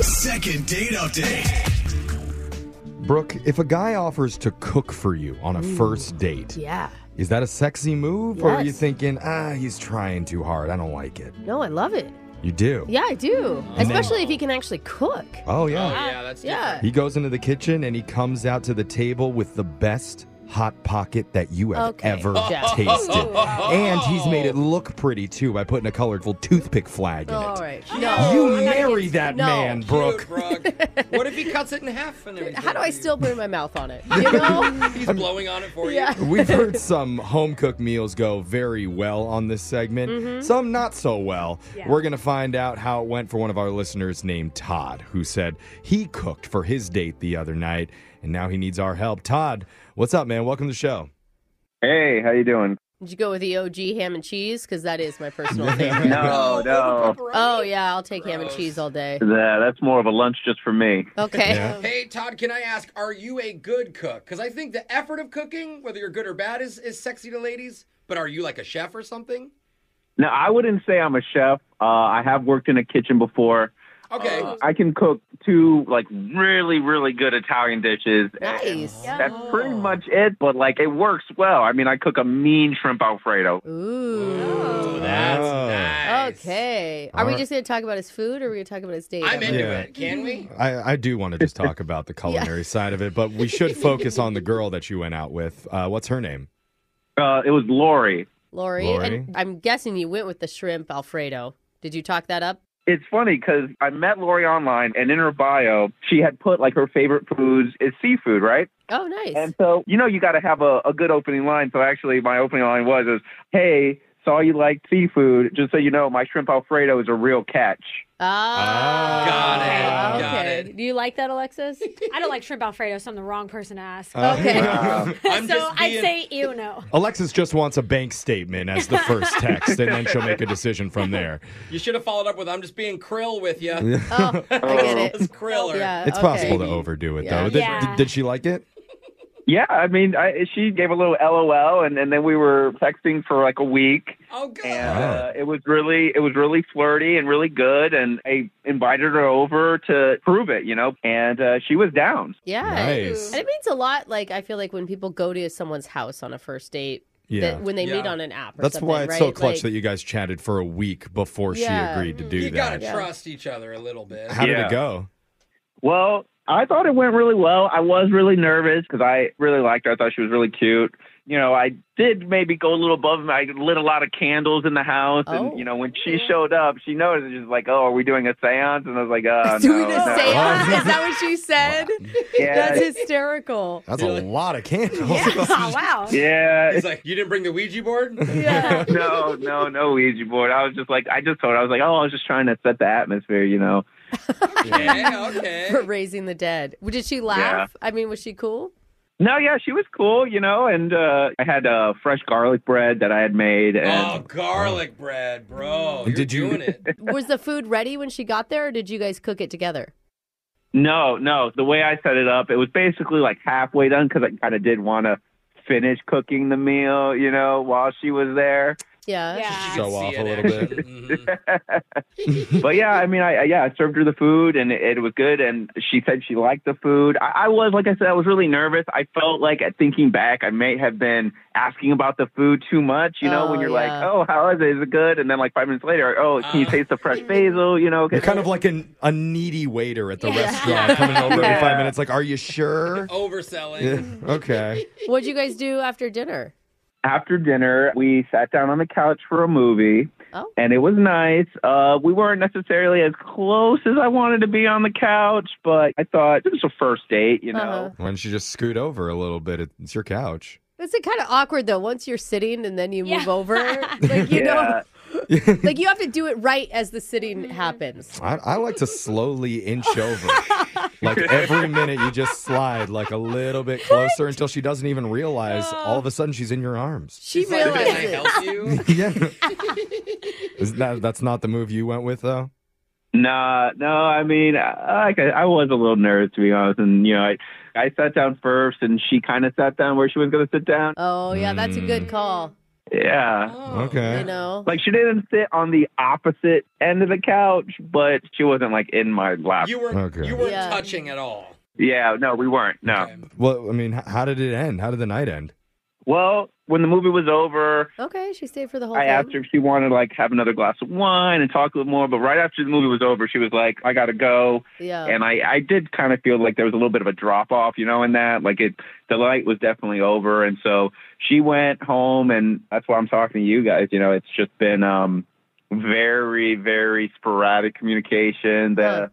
Second date update. Brooke, if a guy offers to cook for you on a first date, Yeah. is that a sexy move? Or are you Yes. thinking, ah, he's trying too hard. I don't like it. No, I love it. You do? Yeah, I do. Especially if he can actually cook. Oh, yeah. yeah, that's yeah. He goes into the kitchen and he comes out to the table with the best hot pocket that you have Okay, ever Jeff. tasted. And he's made it look pretty too by putting a colorful toothpick flag in All it. right. No. You I'm not marry against- that No. man, Brooke. what if he cuts it in half and everything? How do I still put my mouth on it? You know? He's blowing on it for yeah. We've heard some home cooked meals go very well on this segment, some not so well. We're going to find out how it went for one of our listeners named Todd, who said he cooked for his date the other night and now he needs our help. Todd, what's up, man? Welcome to the show. Hey, how you doing? Did you go with the OG ham and cheese? Because that is my personal favorite. No, no. Oh yeah, I'll take ham and cheese all day. Nah, that's more of a lunch just for me. Okay. Yeah. Hey, Todd, can I ask, are you a good cook? Because I think the effort of cooking, whether you're good or bad, is, is sexy to ladies. But are you like a chef or something? No, I wouldn't say I'm a chef. Uh, I have worked in a kitchen before. Okay. Oh. I can cook two like really, really good Italian dishes. and Nice. That's pretty much it, but like it works well. I mean, I cook a mean shrimp alfredo. Ooh. Oh, that's Oh. nice. Okay. Are we Alright. just gonna talk about his food, or are we gonna talk about his date? I'm into Yeah. it. Can we? I, I do want to just talk about the culinary side of it, but we should focus on the girl that you went out with. Uh, what's her name? Uh, it was Lori. Lori, and I'm guessing you went with the shrimp Alfredo. Did you talk that up? It's funny because I met Lori online, and in her bio, she had put like her favorite foods is seafood, right? Oh, nice. And so, you know, you got to have a, a good opening line. So actually, my opening line was, is, "Hey, saw you like seafood. Just so you know, my shrimp alfredo is a real catch." oh, Ah. got it, got Okay. it. Do you like that, Alexis? I don't like shrimp Alfredo, so I'm the wrong person to ask. Okay. Uh, I'm so just I being- say ew no. Uh, Alexis just wants a bank statement as the first text, and then she'll make a decision from there. You should have followed up with, I'm just being krill with you. oh, I get it. It's krill. or- Yeah. It's okay. possible to overdo it, Yeah. though. Did, Yeah. did- did she like it? Yeah, I mean, I, she gave a little LOL, and, and then we were texting for like a week, Oh, God. and uh, it was really, it was really flirty and really good. And I invited her over to prove it, you know, and uh, she was down. Yeah. Nice. And it means a lot. Like I feel like when people go to someone's house on a first date, Yeah. that when they Yeah. meet on an app. Or That's something, why it's right? so clutch Like- that you guys chatted for a week before Yeah. she agreed to do You that. got to trust each other a little bit. How did Yeah. it go? Well, I thought it went really well. I was really nervous because I really liked her. I thought she was really cute. You know, I did maybe go a little above. I lit a lot of candles in the house, Oh. and you know, when she showed up, she noticed. She was like, "Oh, are we doing a séance?" And I was like, "Uh, no, Doing a no." seance? Is that what she said? Yeah, That's hysterical. That's a lot of candles. Oh, wow. yeah. He's like, you didn't bring the Ouija board? Yeah. no, no, no Ouija board. I was just like, I just told her, I was like, oh, I was just trying to set the atmosphere, you know. yeah, okay. For raising the dead. Did she laugh? I mean, was she cool? No, yeah, she was cool, you know, and uh, I had uh, fresh garlic bread that I had made, Oh, and garlic bread, bro. You're Mm. Did you- doing it. Was the food ready when she got there, or did you guys cook it together? no, no, the way I set it up, it was basically like halfway done because I kind of did want to finish cooking the meal, you know, while she was there. Yeah. Yeah. Show off a little bit. bit. but yeah, I mean, I I- yeah, I served her the food and it, it was good. And she said she liked the food. I, I was, like I said, I was really nervous. I felt like at thinking back, I may have been asking about the food too much. You know, Oh, when you're like, yeah. oh, how is it? Is it good? And then like five minutes later, oh, can you taste the fresh basil? You know, You're kind of like an, a needy waiter at the restaurant coming over every five minutes, like, are you sure? Yeah, Overselling. okay. What'd you guys do after dinner? after dinner, we sat down on the couch for a movie. Oh. And it was nice. Uh, we weren't necessarily as close as I wanted to be on the couch, but I thought it was a first date, you know. Uh-huh. Why don't you just scoot over a little bit? It's your couch. Is it kind of awkward though? Once you're sitting and then you Yeah. move over, like you Yeah. know, like you have to do it right as the sitting happens. I, I like to slowly inch over. like every minute, you just slide like a little bit closer until she doesn't even realize. All of a sudden, she's in your arms. She Like, Can I realizes. help you? yeah. Is that, that's not the move you went with, though. Nah, no, I mean, I, like, I I was a little nervous to be honest, and you know, I I sat down first, and she kind of sat down where she was gonna sit down. Oh yeah, that's a good call. Yeah, Okay. Oh, You know, like she didn't sit on the opposite end of the couch, but she wasn't like in my lap. You weren't, Okay. you weren't Yeah. touching at all. yeah, no, we weren't. No. Okay. Well, I mean, h- how did it end? How did the night end? Well, when the movie was over, okay, she stayed for the whole I thing. asked her if she wanted to like have another glass of wine and talk a little more. But right after the movie was over, she was like, "I gotta go." yeah. and I, I did kind of feel like there was a little bit of a drop off, you know, in that. Like it, the light was definitely over, and so she went home, and that's why I'm talking to you guys. You know, it's just been um, very, very sporadic communication. The Huh.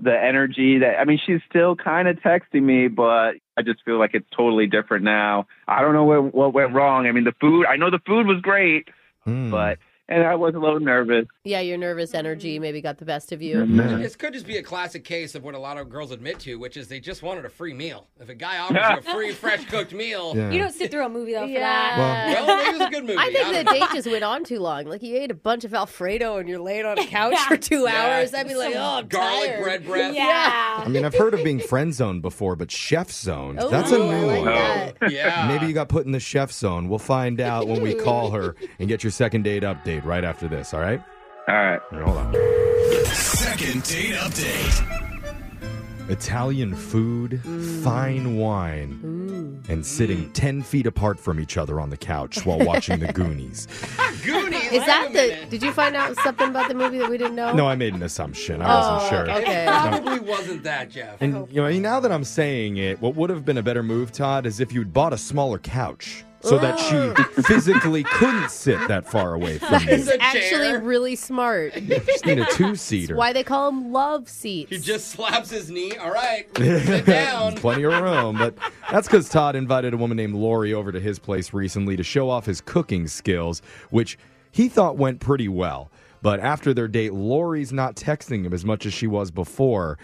the energy that I mean, she's still kind of texting me, but I just feel like it's totally different now. I don't know what what went wrong. I mean, the food. I know the food was great, Hmm. but and I was a little nervous. yeah, your nervous energy maybe got the best of you. This could just be a classic case of what a lot of girls admit to, which is they just wanted a free meal. If a guy offers you a free, fresh cooked meal, Yeah. You don't sit through a movie, though, for that. Yeah. well, maybe it was a good movie. I think don't the know. date just went on too long. Like you ate a bunch of Alfredo and you're laying on a couch for two Yeah. hours. I'd be like, oh, I'm garlic tired. bread breath. I mean, I've heard of being friend zoned before, but chef zoned. Oh, that's a new I like one. that. Yeah. Maybe you got put in the chef zone. We'll find out when we call her and get your second date update right after this, all right? All right. All right, hold on. Second date update. Italian food, fine wine, and sitting 10 feet apart from each other on the couch while watching the Goonies. Goonies. Is that wait a the? minute. Did you find out something about the movie that we didn't know? No, I made an assumption. I Oh, wasn't sure. It okay. probably wasn't that, Jeff. And you know, now that I'm saying it, what would have been a better move, Todd, is if you'd bought a smaller couch so that she physically couldn't sit that far away from you. It's a Actually, chair. really smart. Just need a two-seater. Why they call them love seats? He just slaps his knee. All right, sit down. Plenty of room, but that's because Todd invited a woman named Lori over to his place recently to show off his cooking skills, which he thought went pretty well. But after their date, Lori's not texting him as much as she was before.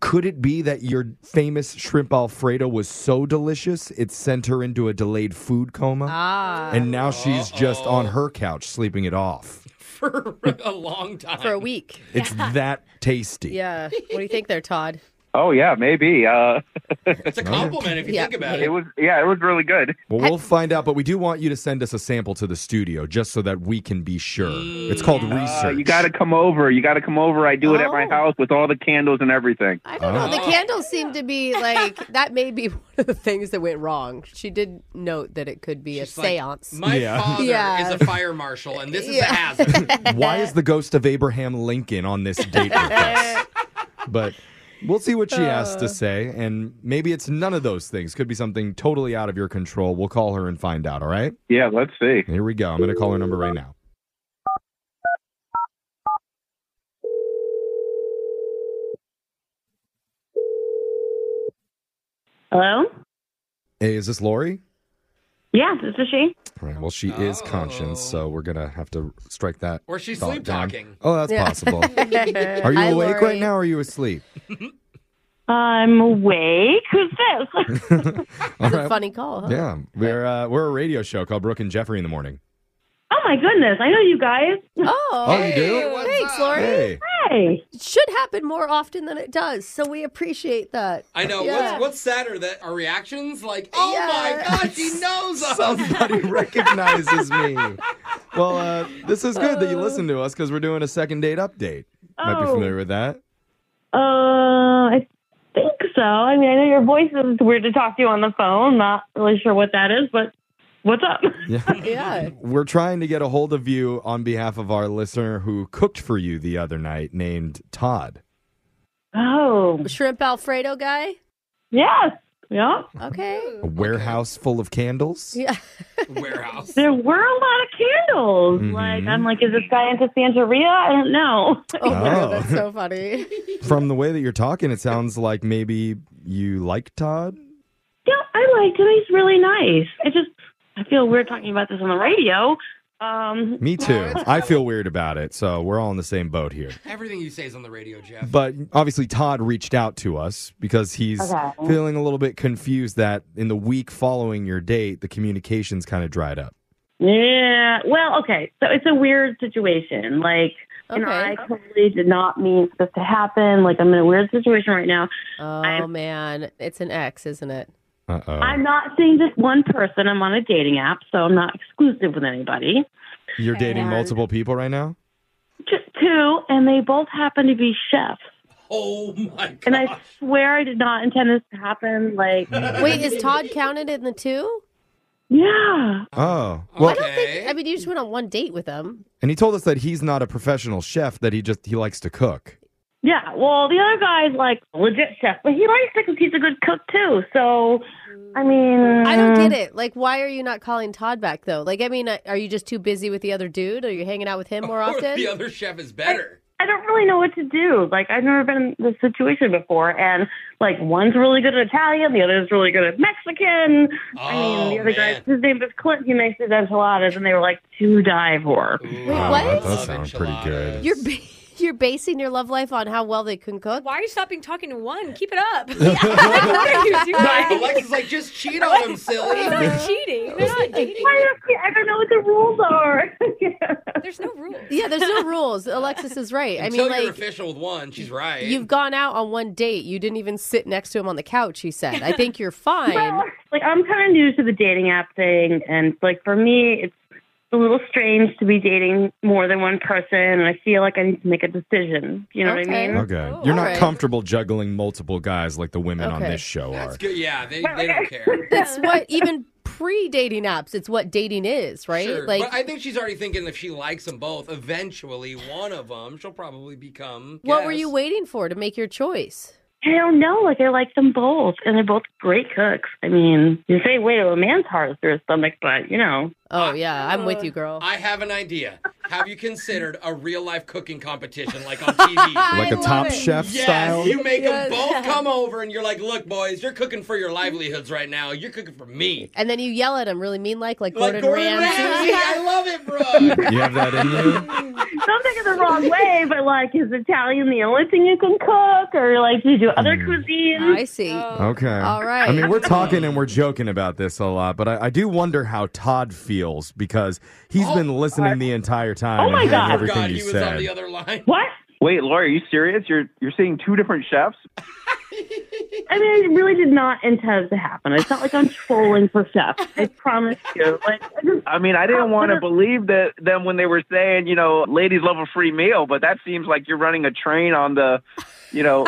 Could it be that your famous shrimp Alfredo was so delicious it sent her into a delayed food coma? ah, And now she's just on her couch sleeping it off. for a long time. for a week. It's that tasty. Yeah. What do you think there, Todd? Oh yeah, maybe. Uh, It's a compliment if you Yeah. think about it it. was yeah, it was really good. Well, we'll find out, but we do want you to send us a sample to the studio just so that we can be sure. It's called research. Uh, you got to come over. You got to come over. I do it at my Oh. house with all the candles and everything. I don't Oh. know. The candles seem to be like that. May be one of the things that went wrong. She did note that it could be It's a like, séance. My Yeah. father Yeah. is a fire marshal, and this is Yeah. a hazard. Why is the ghost of Abraham Lincoln on this date with us? But We'll see what she has Uh. to say, and maybe it's none of those things. Could be something totally out of your control. We'll call her and find out, all right? Yeah, let's see. Here we go. I'm going to call her number right now. Hello? Hey, is this Lori? Yeah, this is she. All right, well, she is conscience, so we're going to have to strike that. Oh. Or she's thought sleep down. talking. Oh, that's possible. Are you awake right now or are you asleep? I'm awake. Who's this? All It's a right. funny call. Huh? Yeah, we're uh, we're a radio show called Brooke and Jeffrey in the morning. oh my goodness, I know you guys. Oh, Oh, you do? what's thanks, up? Lori. Hey, Hey. It should happen more often than it does, so we appreciate that. I know. Yeah. What's, what's sadder that our reactions like, oh Yeah. my god, she knows us. somebody recognizes me. Well, uh, this is good Oh. that you listen to us because we're doing a second date update. Might be Oh. familiar with that. Uh, I think so. I mean, I know your voice is weird to talk to you on the phone. Not really sure what that is, but what's up? Yeah. Yeah. We're trying to get a hold of you on behalf of our listener who cooked for you the other night named Todd. Oh, Shrimp Alfredo guy? yes. Yeah. Okay. A warehouse full of candles. Yeah. Warehouse. There were a lot of candles. Mm-hmm. Mhm. Like, I'm like, is this guy into Santeria? I don't know. Oh, my Oh. God, that's so funny. From the way that you're talking, it sounds like maybe you like Todd. Yeah, I liked him. He's really nice. I just, I feel weird talking about this on the radio. Um, Me too. I feel weird about it, so we're all in the same boat here. Everything you say is on the radio, Jeff. But obviously, Todd reached out to us because he's Okay. feeling a little bit confused that in the week following your date, the communications kind of dried up. yeah. Well, okay. So it's a weird situation. Like, you know, Okay. I totally did not mean for this to happen. Like, I'm in a weird situation right now. Oh, I'm- man. It's an ex, isn't it? Uh I'm oh. not seeing just one person. I'm on a dating app, so I'm not exclusive with anybody. You're dating multiple people right now? Just two, and they both happen to be chefs. oh my god. And I swear I did not intend this to happen. Like, Wait, is Todd counted in the two? yeah. Oh. Well, I don't think, Okay. I mean, you just went on one date with him. and he told us that he's not a professional chef, that he just he likes to cook. Yeah, well, the other guy's like a legit chef, but he likes it because he's a good cook too. So, I mean, I don't Mm-hmm. get it. Like, why are you not calling Todd back, though? Like, I mean, uh, are you just too busy with the other dude? Are you hanging out with him more or often? the other chef is better. I don't really know what to do. Like, I've never been in this situation before, and like one's really good at Italian, the other's really good at Mexican. I mean, the Oh, other man. guy, his name is Clint. He makes his enchiladas, and they were like to die for. Ooh, Wait, I what? Oh, that love does sound pretty good. You're ba- you're basing your love life on how well they can cook. Why are you stopping talking to one? Keep it up. Like, what are you doing? Alexa's like, just cheat on him, It's silly. not cheating. They're not dating. I don't- I don't know what the rules are. There's no rules. Yeah, there's no rules. Alexis is right. I Until mean, you're like official with one, she's right. you've gone out on one date. You didn't even sit next to him on the couch. He said, "I think you're fine." Well, like I'm kind of new to the dating app thing, and like for me, it's a little strange to be dating more than one person, and I feel like I need to make a decision. You know what Okay. I mean? Okay. You're not alright. comfortable juggling multiple guys like the women on Okay. this show That's are. good. Yeah, they, they don't care. That's what even pre-dating apps. It's what dating is, right? Sure. Like, but I think she's already thinking if she likes them both, eventually one of them, she'll probably become. what guess. were you waiting for to make your choice? I don't know. Like I like them both, and they're both great cooks. I mean, you say wait to a man's heart is through his stomach, but you know, Oh yeah, I'm with you, girl. Uh, I have an idea. Have you considered a real life cooking competition like on TV? Like a love top it. chef Yes, style. you make Yes. them both come over, and you're like, "Look, boys, you're cooking for your livelihoods right now. You're cooking for me." and then you yell at him really mean, like like Like Gordon, Gordon Ramsay. Ramsay, I love it, bro. You have that in you? don't take it the wrong way, but like is Italian the only thing you can cook, or like do you do other cuisines? I see. Okay. All right. I mean, we're talking and we're joking about this a lot, but I, I do wonder how Todd feels because Oh, he's been listening the entire time. Oh and my hearing God. Everything God, you he was said. on the other line. What? Wait, Laura, are you serious? You're you're seeing two different chefs? I mean, I really did not intend this to happen. It's not like I'm trolling for chefs. I promise you. Like, I just I mean, I didn't want to believe that them when they were saying, you know, ladies love a free meal, but that seems like you're running a train on the, you know,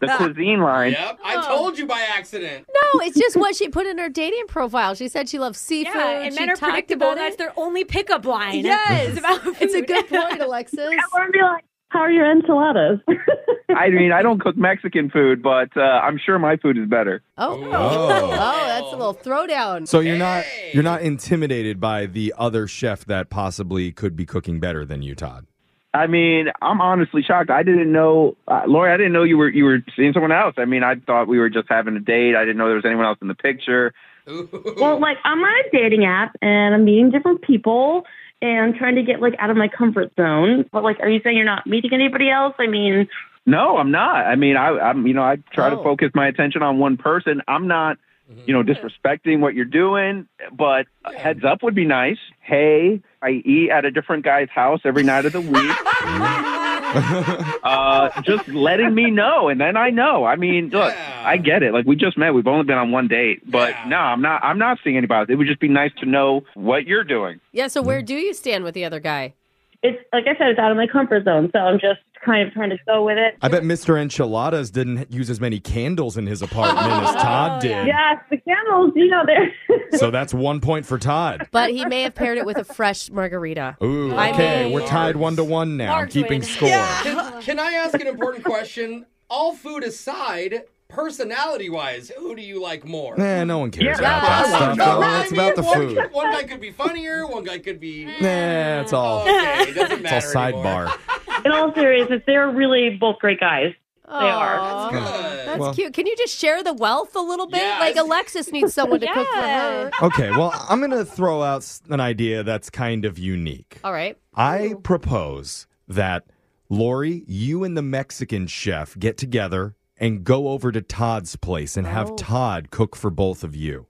the cuisine line. Yep, Oh. I told you by accident. No, it's just what she put in her dating profile. She said she loves seafood. Yeah, and she men are talked predictable. about That's it. their only pickup line. Yes. It's about It's a food. good point, Alexis. I want to be like, How are your enchiladas? I mean, I don't cook Mexican food, but uh, I'm sure my food is better. Oh. Oh. that's a little throwdown. So you're not you're not intimidated by the other chef that possibly could be cooking better than you, Todd. I mean, I'm honestly shocked. I didn't know, uh, Lori. I didn't know you were you were seeing someone else. I mean, I thought we were just having a date. I didn't know there was anyone else in the picture. well, like I'm on a dating app and I'm meeting different people and trying to get like out of my comfort zone. But like, are you saying you're not meeting anybody else? I mean, No, I'm not. I mean, I, I'm you know I try to focus my attention on one person. I'm not, you know, disrespecting what you're doing, but a heads up would be nice. Hey, I eat at a different guy's house every night of the week. uh, just letting me know, and then I know. I mean, look, I get it. Like we just met, we've only been on one date, but no, I'm not. I'm not seeing anybody. It would just be nice to know what you're doing. Yeah, so where do you stand with the other guy? it's like I said, it's out of my comfort zone. So I'm just kind of trying to go with it. I bet Mr. Enchiladas didn't use as many candles in his apartment as Todd did. Yes, the candles, you know, they're So that's one point for Todd. But he may have paired it with a fresh margarita. Ooh, I okay, mean- we're tied one to one now. I'm Large keeping win. score. Can, can I ask an important question? All food aside, personality wise, who do you like more? Nah, no one cares Yeah. about that Yeah. stuff. No, though. I It's about the mean, food. One, one guy could be funnier, one guy could be. Nah, it's all Okay, it doesn't it's all matter. sidebar. in all seriousness, they're really both great guys. They Aw, are. Uh, That's Well- cute. Can you just share the wealth a little bit? Like Alexis needs someone to cook for her. Okay, well, I'm gonna throw out s- an idea that's kind of unique. All right. I propose that Lori, you and the Mexican chef get together and go over to Todd's place and Oh. have Todd cook for both of you.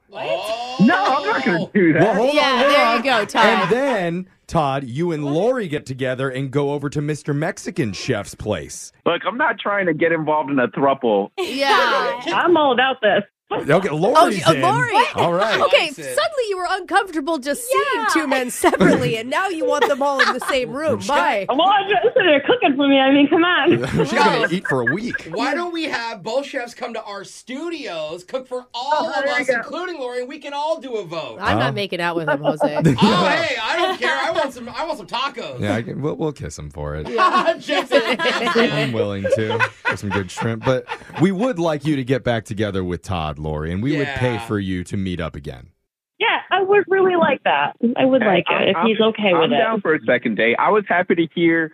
No, I'm not going to do that. Well, hold Yeah, on, hold there on. you go, Todd. And then Todd, you and Lori get together and go over to Mr. Mexican Chef's place. Look, I'm not trying to get involved in a thruple. Yeah. I'm all about this. Okay, Oh, Lori's uh, in. Lori. All right. Okay, That's it. suddenly you were uncomfortable just seeing two men separately, and now you want them all in the same room. Bye. Well, I'm just sitting there cooking for me. I mean, come on. She's gonna eat for a week. Why don't we have both chefs come to our studios, cook for Oh, all of us, including Lori, and we can all do a vote. I'm Oh. not making out with him, Jose. oh, hey, I don't care. I want some. I want some tacos. Yeah, I can, we'll, we'll kiss him for it. Jeff's like, I'm willing to for some good shrimp, but we would like you to get back together with Todd, Lori, and we would pay Yeah. for you to meet up again. yeah, I would really like that. I would like it if I'm- he's okay I'm with it. down for a second date. I was happy to hear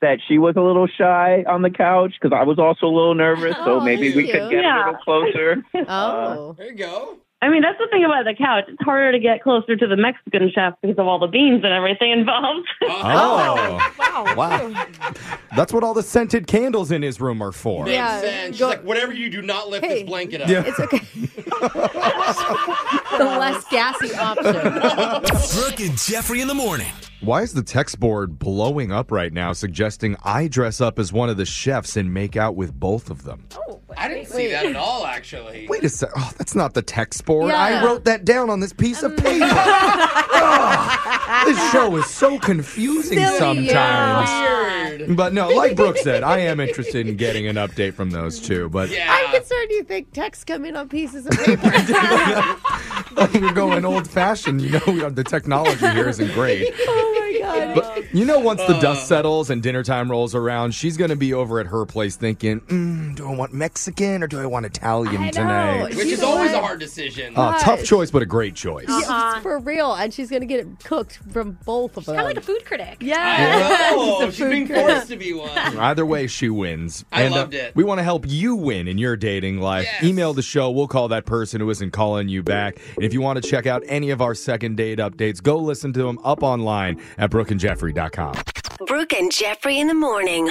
that she was a little shy on the couch because I was also a little nervous. Oh, So maybe that's we cute. could get a Yeah. little closer. Oh. There you go. I mean, that's the thing about the couch. It's harder to get closer to the Mexican chef because of all the beans and everything involved. Oh, wow, wow! That's what all the scented candles in his room are for. Makes Yeah, sense. She's go- like, whatever you do, not lift Hey. this blanket up. Yeah. It's okay. the less gassy option. Brooke and Jeffrey in the morning. Why is the text board blowing up right now, suggesting I dress up as one of the chefs and make out with both of them? I didn't see that at all, actually. Wait a sec. Oh, that's not the text board. I Yeah. wrote that down on this piece of paper. Ugh, this show is so confusing Silly, yeah. sometimes. But no, like Brooke said, I am interested in getting an update from those two. But I'm Yeah. concerned you think texts come in on pieces of paper. we're going old fashioned. You know, we have, the technology here isn't great. oh my god. But you know, once the dust settles and dinner time rolls around, she's going to be over at her place thinking, mm, do I want Mexican or do I want Italian I know. tonight? Which You is know always what? a hard decision. Uh, tough choice, but a great choice. It's for real, and she's gonna get it cooked from both of them. Kind of like a food critic. yeah. oh, It's a she's food being critic. forced to be one. Either way, she wins. uh, I loved it. We want to help you win in your dating life. Yes. Email the show. We'll call that person who isn't calling you back. And if you want to check out any of our second date updates, go listen to them up online at brookandjeffrey.com. Brooke and Jeffrey in the morning.